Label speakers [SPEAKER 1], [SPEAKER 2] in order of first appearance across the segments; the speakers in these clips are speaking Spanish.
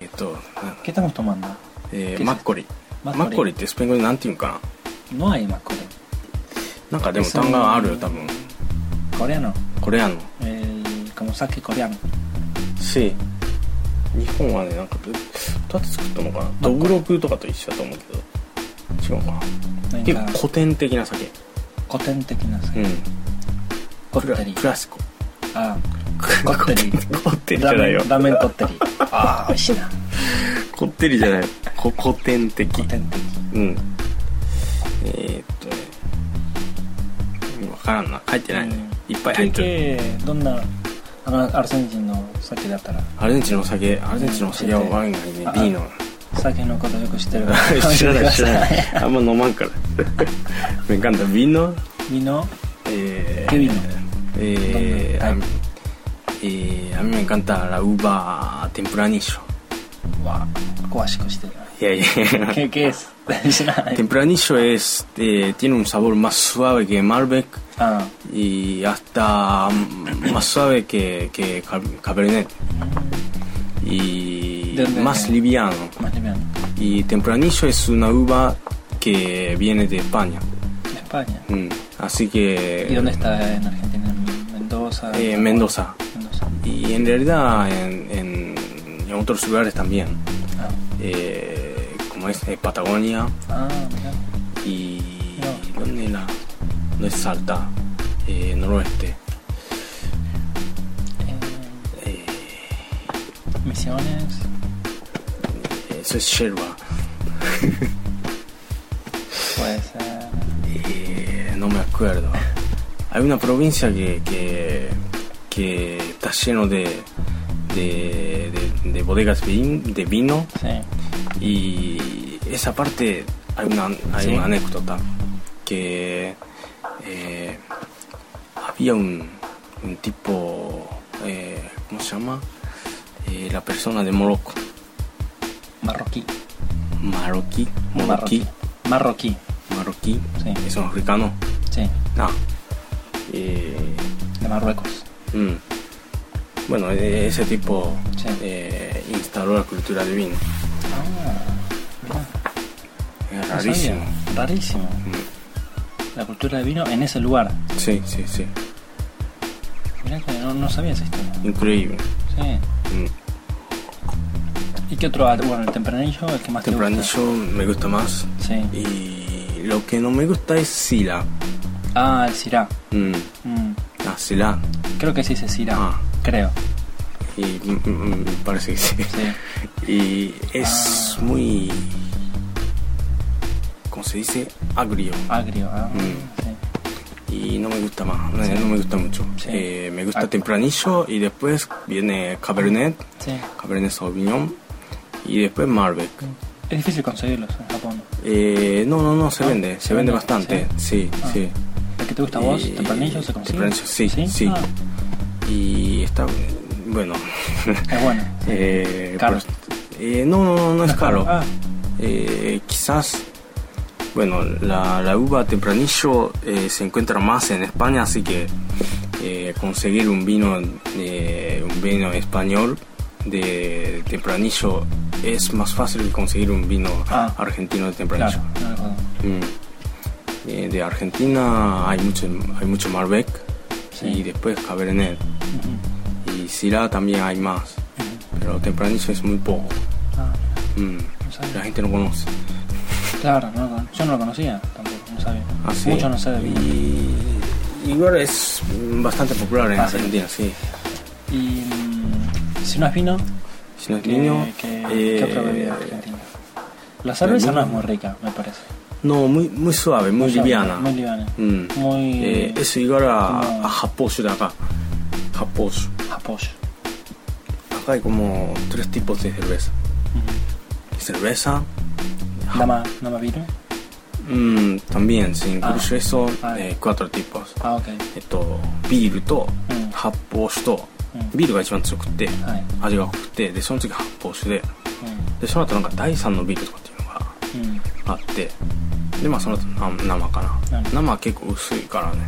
[SPEAKER 1] えっと、
[SPEAKER 2] ¿Qué estamos tomando?
[SPEAKER 1] eh
[SPEAKER 2] ¿Qué
[SPEAKER 1] ー、
[SPEAKER 2] es
[SPEAKER 1] マッコリ
[SPEAKER 2] マ
[SPEAKER 1] マ
[SPEAKER 2] ッコ
[SPEAKER 1] ッ
[SPEAKER 2] リ
[SPEAKER 1] コリってスペイン語でなんていうんか
[SPEAKER 2] No hay macole.
[SPEAKER 1] ななんかでも単語あるよ多分
[SPEAKER 2] Coreano.
[SPEAKER 1] これやの
[SPEAKER 2] El, como sake coreano.
[SPEAKER 1] し日本はねなんか2つ作ったのかなドブロクとかと一緒だと思うけど違うかな
[SPEAKER 2] Venga,
[SPEAKER 1] 結構古典的な酒
[SPEAKER 2] cotente que
[SPEAKER 1] う
[SPEAKER 2] nace.
[SPEAKER 1] んクラ
[SPEAKER 2] Cotteri.
[SPEAKER 1] クラシコ
[SPEAKER 2] Ah, cotteri.
[SPEAKER 1] こってりじゃないよ
[SPEAKER 2] Dame, dame el cotteri. Ah, sí,
[SPEAKER 1] こってりじゃないこ古典的
[SPEAKER 2] Cotente.
[SPEAKER 1] うんえー、っとね分からんな書いてないねいっぱい入ってる
[SPEAKER 2] ¿Qué, qué, dónde? あのアルゼンチンの酒だったら
[SPEAKER 1] アルゼンチンのお酒アルゼンチンのお酒はワインがいいね
[SPEAKER 2] あ
[SPEAKER 1] ビーノ
[SPEAKER 2] 酒のことよく知ってるから
[SPEAKER 1] 知らない知らないあんま飲まんから me encanta vino
[SPEAKER 2] Vino
[SPEAKER 1] eh,
[SPEAKER 2] ¿Qué vino?
[SPEAKER 1] eh,
[SPEAKER 2] ¿Dónde?
[SPEAKER 1] a, mí- eh, a mí me encanta la uva tempranillo
[SPEAKER 2] わ詳しくしてる
[SPEAKER 1] いやいや
[SPEAKER 2] けけース知らない
[SPEAKER 1] Tempranillo es, eh, tiene un sabor más suave que Malbec
[SPEAKER 2] あ
[SPEAKER 1] y hasta mm, más suave que, que Cab- Cabernet y
[SPEAKER 2] ¿De dónde?
[SPEAKER 1] más liviano.
[SPEAKER 2] あマジビアン
[SPEAKER 1] Y Tempranillo es una uva que viene de España.
[SPEAKER 2] España
[SPEAKER 1] Mm, Así
[SPEAKER 2] ¿y dónde
[SPEAKER 1] que
[SPEAKER 2] está en Argentina? ¿en Mendoza?
[SPEAKER 1] eh, Mendoza.
[SPEAKER 2] Mendoza
[SPEAKER 1] Y en realidad en, en- en otros lugares también,
[SPEAKER 2] あ
[SPEAKER 1] Eh, como es eh, Patagonia.
[SPEAKER 2] あー見た
[SPEAKER 1] y
[SPEAKER 2] No.
[SPEAKER 1] ¿dónde era? No es Salta, eh, noroeste.
[SPEAKER 2] え
[SPEAKER 1] Eh,
[SPEAKER 2] ー Misiones
[SPEAKER 1] eso es Sherba.
[SPEAKER 2] puede ser
[SPEAKER 1] Eh, no me acuerdo. Hay una provincia que, que, que está lleno de, de, de- de bodegas vin- de vino
[SPEAKER 2] sí
[SPEAKER 1] y esa parte hay una, hay
[SPEAKER 2] Sí.
[SPEAKER 1] una anécdota que eh, había un, un tipo, eh, ¿cómo se llama? Eh, la persona de Morocco.
[SPEAKER 2] marroquí
[SPEAKER 1] Marroquí,
[SPEAKER 2] marroquí
[SPEAKER 1] marroquí,
[SPEAKER 2] marroquí
[SPEAKER 1] marroquí,
[SPEAKER 2] Sí.
[SPEAKER 1] es un africano.
[SPEAKER 2] sí
[SPEAKER 1] Ah, eh,
[SPEAKER 2] de Marruecos
[SPEAKER 1] mm. Bueno, e- ese tipo
[SPEAKER 2] Sí.
[SPEAKER 1] eh, instaló la cultura de vino.
[SPEAKER 2] ah
[SPEAKER 1] Es
[SPEAKER 2] mira, no sabía.
[SPEAKER 1] rarísimo.
[SPEAKER 2] rarísimo
[SPEAKER 1] Mm.
[SPEAKER 2] la cultura de vino en ese lugar
[SPEAKER 1] Sí, sí, sí.
[SPEAKER 2] Mirá que no, no sabía esa historia.
[SPEAKER 1] Increíble.
[SPEAKER 2] Sí.
[SPEAKER 1] Mm.
[SPEAKER 2] ¿Y qué otro? Ah, Bueno, el tempranillo, el que más te
[SPEAKER 1] Tempranillo me gusta más.
[SPEAKER 2] gusta. Sí.
[SPEAKER 1] Y lo que no me gusta es Sila.
[SPEAKER 2] Ah, el Sirá.
[SPEAKER 1] Mm.
[SPEAKER 2] Mm,
[SPEAKER 1] Ah, Sila.
[SPEAKER 2] Creo que sí se Sirá.
[SPEAKER 1] Ah.
[SPEAKER 2] Creo.
[SPEAKER 1] Y mm, mm, mm, parece que sí.
[SPEAKER 2] Sí.
[SPEAKER 1] Y es
[SPEAKER 2] Ah.
[SPEAKER 1] muy. ¿Cómo se dice? Agrio.
[SPEAKER 2] Agrio. Ah,
[SPEAKER 1] Mm.
[SPEAKER 2] sí.
[SPEAKER 1] Y no me gusta más. No, no me gusta mucho.
[SPEAKER 2] Sí.
[SPEAKER 1] Eh, me gusta
[SPEAKER 2] Ah.
[SPEAKER 1] Tempranillo y después viene Cabernet,
[SPEAKER 2] Sí.
[SPEAKER 1] Cabernet Sauvignon y después Malbec.
[SPEAKER 2] Es difícil conseguirlos en Japón.
[SPEAKER 1] Eh, no, no, no, se
[SPEAKER 2] Ah,
[SPEAKER 1] vende.
[SPEAKER 2] se
[SPEAKER 1] Se vende
[SPEAKER 2] vende,
[SPEAKER 1] bastante. Sí,
[SPEAKER 2] Ah.
[SPEAKER 1] sí.
[SPEAKER 2] ¿El que te gusta a vos?
[SPEAKER 1] Eh,
[SPEAKER 2] ¿Tempranillo se consigue?
[SPEAKER 1] Tempranillo, sí, sí.
[SPEAKER 2] Ah,
[SPEAKER 1] Y está. Bueno.
[SPEAKER 2] es bueno.
[SPEAKER 1] Eh,
[SPEAKER 2] Caro.
[SPEAKER 1] pues, eh, no, no, no, no es caro.
[SPEAKER 2] Ah,
[SPEAKER 1] Eh, quizás, bueno, la, la uva tempranillo eh, se encuentra más en España, así que eh, conseguir un vino, eh, un vino español de tempranillo es más fácil que conseguir un vino
[SPEAKER 2] Ah.
[SPEAKER 1] argentino de tempranillo.
[SPEAKER 2] claro. no lo conozco.
[SPEAKER 1] Mm. Eh, de Argentina hay mucho, hay mucho Malbec
[SPEAKER 2] Sí.
[SPEAKER 1] y después Cabernet.
[SPEAKER 2] Ujú,
[SPEAKER 1] Y Syrah también hay más,
[SPEAKER 2] ujú.
[SPEAKER 1] pero tempranillo es muy poco.
[SPEAKER 2] Ah,
[SPEAKER 1] Mm.
[SPEAKER 2] no
[SPEAKER 1] La
[SPEAKER 2] sabía.
[SPEAKER 1] gente no conoce.
[SPEAKER 2] Claro, no lo con- yo no lo conocía tampoco, no sabía.
[SPEAKER 1] Ah, sí.
[SPEAKER 2] Mucho no sé de vino.
[SPEAKER 1] Y igual es mm, bastante popular en
[SPEAKER 2] Ah, sí.
[SPEAKER 1] Argentina, sí.
[SPEAKER 2] Y, mm, si no es vino,
[SPEAKER 1] Si no es
[SPEAKER 2] ¿Qué,
[SPEAKER 1] niño,
[SPEAKER 2] qué- qué otra
[SPEAKER 1] eh,
[SPEAKER 2] bebida argentina? La cerveza no
[SPEAKER 1] niño.
[SPEAKER 2] es muy rica, me parece.
[SPEAKER 1] no, muy, muy suave, muy
[SPEAKER 2] suave,
[SPEAKER 1] liviana.
[SPEAKER 2] Muy liviana.
[SPEAKER 1] Mm.
[SPEAKER 2] Muy...
[SPEAKER 1] Eh, es igual a,
[SPEAKER 2] como-
[SPEAKER 1] a Japoyo de acá. Japoyo.
[SPEAKER 2] Apoyo.
[SPEAKER 1] Acá hay como tres tipos de cerveza. Cerveza,
[SPEAKER 2] Dama, dama vino.
[SPEAKER 1] mm, también se incluye
[SPEAKER 2] Ah.
[SPEAKER 1] eso,
[SPEAKER 2] Ah.
[SPEAKER 1] eh, cuatro tipos.
[SPEAKER 2] Ah, ok.
[SPEAKER 1] えっと、ビールと
[SPEAKER 2] うん
[SPEAKER 1] 発泡酒と、
[SPEAKER 2] うん
[SPEAKER 1] ビールが一番強くって、
[SPEAKER 2] はい。
[SPEAKER 1] 味が濃くてでその次発泡酒ででその後なんか第3のビールとかっていうのが
[SPEAKER 2] うん。うん。
[SPEAKER 1] あってでまあその後な生かな、
[SPEAKER 2] うん
[SPEAKER 1] 生は結構薄いからね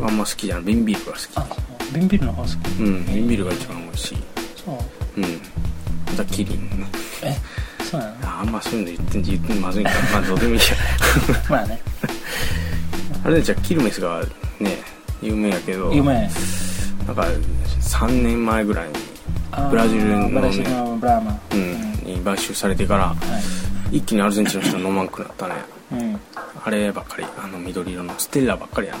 [SPEAKER 1] あんま好きじゃない瓶ビールが好
[SPEAKER 2] あ、そう瓶ビールの方が好き。
[SPEAKER 1] きうん瓶ビールが一番美味しい
[SPEAKER 2] そう。
[SPEAKER 1] うんたキリンね
[SPEAKER 2] えそうなの
[SPEAKER 1] あんまそういうの言って言ってまずいんかまあどうで もいいや
[SPEAKER 2] まあね
[SPEAKER 1] あれじゃあキルメスがね有名やけど
[SPEAKER 2] 有名
[SPEAKER 1] なんか3年前ぐらいに
[SPEAKER 2] あー
[SPEAKER 1] ブラジルのね
[SPEAKER 2] ブラジルのブラーマ
[SPEAKER 1] う
[SPEAKER 2] うん
[SPEAKER 1] ん、に買収されてから
[SPEAKER 2] はい
[SPEAKER 1] 一気にアルゼンチンの人飲まんくなったね
[SPEAKER 2] うん、
[SPEAKER 1] あればっかりあの緑色のステラばっかりやね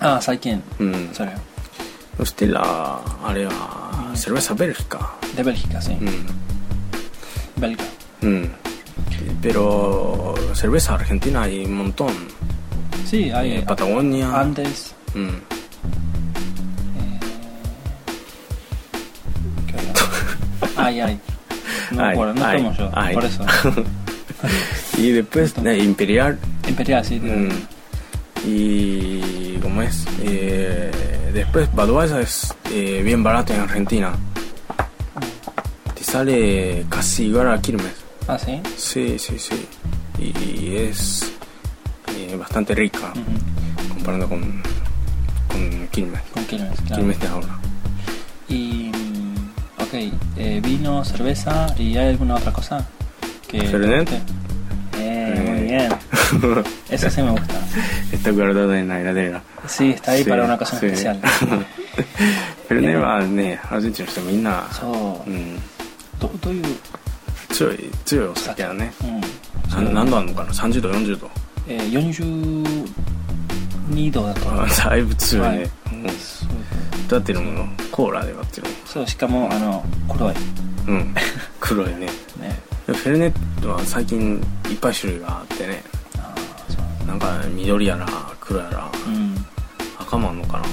[SPEAKER 2] ああ最近
[SPEAKER 1] うん
[SPEAKER 2] それ
[SPEAKER 1] ステラあれはセルベサベルギか
[SPEAKER 2] de Bélgica sí
[SPEAKER 1] う
[SPEAKER 2] belga
[SPEAKER 1] んうん pero cerveza argentina hay un montón
[SPEAKER 2] sí hay
[SPEAKER 1] Eh, Patagonia
[SPEAKER 2] Andes
[SPEAKER 1] mm.
[SPEAKER 2] ¿qué otra? ay ay no me
[SPEAKER 1] Ay,
[SPEAKER 2] acuerdo no
[SPEAKER 1] ay,
[SPEAKER 2] tomo yo
[SPEAKER 1] ay.
[SPEAKER 2] por eso
[SPEAKER 1] y después eh, imperial
[SPEAKER 2] imperial sí de-
[SPEAKER 1] mm, y cómo es Eh, después Budweiser es eh, bien barato en Argentina te sale casi igual a Quilmes
[SPEAKER 2] ah sí
[SPEAKER 1] sí sí sí y, y es eh, bastante rica
[SPEAKER 2] Ujú,
[SPEAKER 1] comparando con con Quilmes
[SPEAKER 2] con Quilmes claro
[SPEAKER 1] Quilmes de ahora
[SPEAKER 2] y mm, ok eh, vino cerveza y hay alguna otra cosa que
[SPEAKER 1] Fernet.
[SPEAKER 2] te guste? eh, muy bien eso sí me gusta
[SPEAKER 1] está guardado en la heladera
[SPEAKER 2] sí está ahí
[SPEAKER 1] Sí,
[SPEAKER 2] para una ocasión
[SPEAKER 1] sí.
[SPEAKER 2] especial
[SPEAKER 1] フェルネはね、アルゼンチンの人みんな、、
[SPEAKER 2] そううんどどういう
[SPEAKER 1] 強い、強いお酒だね。
[SPEAKER 2] うん
[SPEAKER 1] さん何度あるのかな ?30 度、40度。
[SPEAKER 2] えー、42度だと
[SPEAKER 1] あだいぶ強いね。うん
[SPEAKER 2] そう
[SPEAKER 1] だってるもの、コーラで割ってる
[SPEAKER 2] そうしかもあの黒い
[SPEAKER 1] もん。うん。黒 いね。
[SPEAKER 2] ね
[SPEAKER 1] フェルネは最近いっぱい種類があってね、
[SPEAKER 2] あーそう
[SPEAKER 1] なんか緑やら黒やら
[SPEAKER 2] うん
[SPEAKER 1] 赤もあんのかな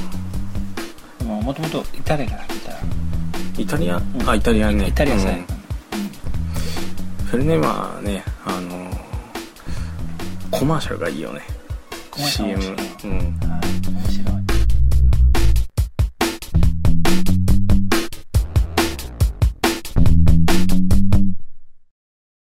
[SPEAKER 2] でももともとイタリアから来た
[SPEAKER 1] イタリア、あ、イタリアね。
[SPEAKER 2] イタリアさ
[SPEAKER 1] うん
[SPEAKER 2] ん
[SPEAKER 1] フェルネはね、あの、コマーシャルがいいよね。
[SPEAKER 2] コマーシャル
[SPEAKER 1] CM。
[SPEAKER 2] 面白い
[SPEAKER 1] うん。
[SPEAKER 2] はい